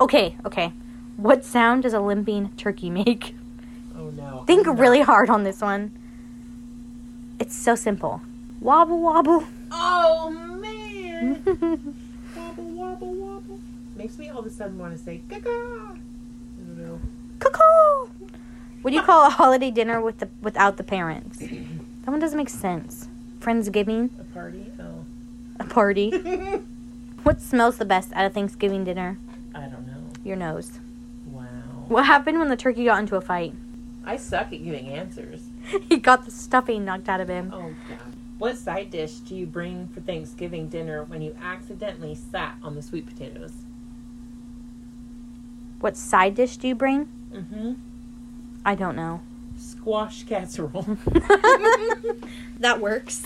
Speaker 1: Okay, okay. What sound does a limping turkey make?
Speaker 2: Oh no.
Speaker 1: Think
Speaker 2: No.
Speaker 1: really hard on this one. It's so simple. Wobble, wobble.
Speaker 2: Oh man. wobble wobble wobble. Makes me all of a sudden want to say caca. I don't know.
Speaker 1: Cuckoo. What do you call a holiday dinner with the without the parents? That one doesn't make sense. Friendsgiving,
Speaker 2: A party? Oh.
Speaker 1: a party.
Speaker 2: I
Speaker 1: What smells the best at a Thanksgiving dinner?
Speaker 2: don't know.
Speaker 1: Your nose.
Speaker 2: Wow.
Speaker 1: What happened when the turkey got into a fight?
Speaker 2: I suck at giving answers.
Speaker 1: He got the stuffing knocked out of him.
Speaker 2: Oh god. What side dish do you bring for Thanksgiving dinner when you accidentally sat on the sweet potatoes?
Speaker 1: What side dish do you bring?
Speaker 2: Mm-hmm.
Speaker 1: I don't know.
Speaker 2: Squash casserole.
Speaker 1: that works.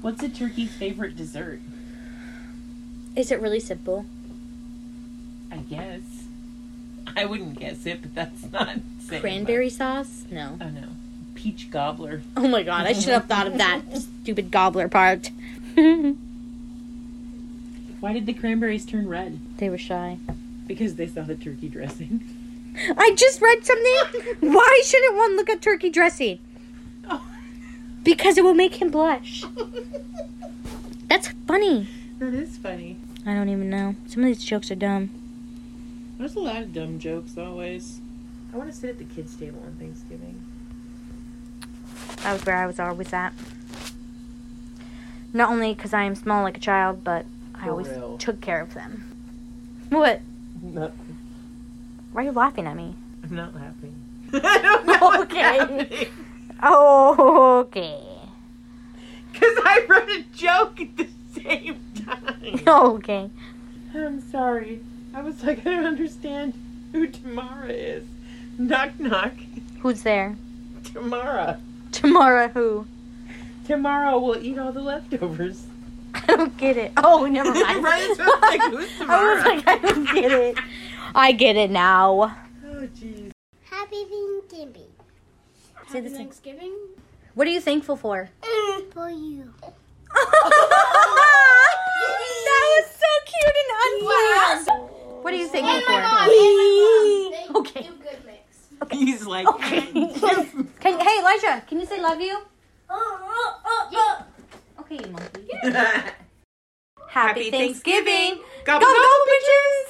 Speaker 2: What's a turkey's favorite dessert?
Speaker 1: Is it really simple?
Speaker 2: I guess. I wouldn't guess it, but that's not saying
Speaker 1: Cranberry sauce? No.
Speaker 2: much. Oh no. Peach gobbler.
Speaker 1: Oh my god, I should have thought of that stupid gobbler part.
Speaker 2: Why did the cranberries turn red?
Speaker 1: they were shy.
Speaker 2: Because they saw the turkey dressing.
Speaker 1: I just read something. Why shouldn't one look at turkey dressing?
Speaker 2: Oh.
Speaker 1: Because it will make him blush.
Speaker 2: that
Speaker 1: That's funny.
Speaker 2: is funny.
Speaker 1: I don't even know. Some of these jokes are dumb.
Speaker 2: There's a lot of dumb jokes always. I want to sit at the kids' table on Thanksgiving.
Speaker 1: That was where I was always at. Not only because I am small like a child, but I
Speaker 2: For
Speaker 1: always
Speaker 2: real.
Speaker 1: took care of them. What?
Speaker 2: No,
Speaker 1: Why are you laughing at me?
Speaker 2: I'm not laughing. I don't know what's
Speaker 1: Okay.
Speaker 2: happening.
Speaker 1: Okay.
Speaker 2: Because I wrote a joke at the same time.
Speaker 1: Okay.
Speaker 2: I'm sorry. I was like, I don't understand who Tamara is. Knock, knock.
Speaker 1: Who's there?
Speaker 2: Tamara.
Speaker 1: Tamara who?
Speaker 2: Tamara will eat all the leftovers.
Speaker 1: I don't get it. Oh, never mind.
Speaker 2: Right, so I was like, who's
Speaker 1: I was
Speaker 2: Tamara?
Speaker 1: like, I don't get it. I get it now.
Speaker 2: Oh, jeez.
Speaker 3: Happy Thanksgiving.
Speaker 1: Say the thing.
Speaker 3: Thanksgiving?
Speaker 1: What are you thankful for?
Speaker 3: For you.
Speaker 1: that was so cute and unplanned. What are you thankful for?
Speaker 3: and my mom.
Speaker 1: Okay.
Speaker 3: do good mix.
Speaker 2: He's like,
Speaker 1: Okay. Can, hey, Elijah, can you say love you?
Speaker 3: Yeah.
Speaker 1: Okay, you monkey.
Speaker 2: happy
Speaker 1: Happy Thanksgiving.
Speaker 2: Gobble,
Speaker 1: Go,
Speaker 2: gobble,
Speaker 1: go, bitches!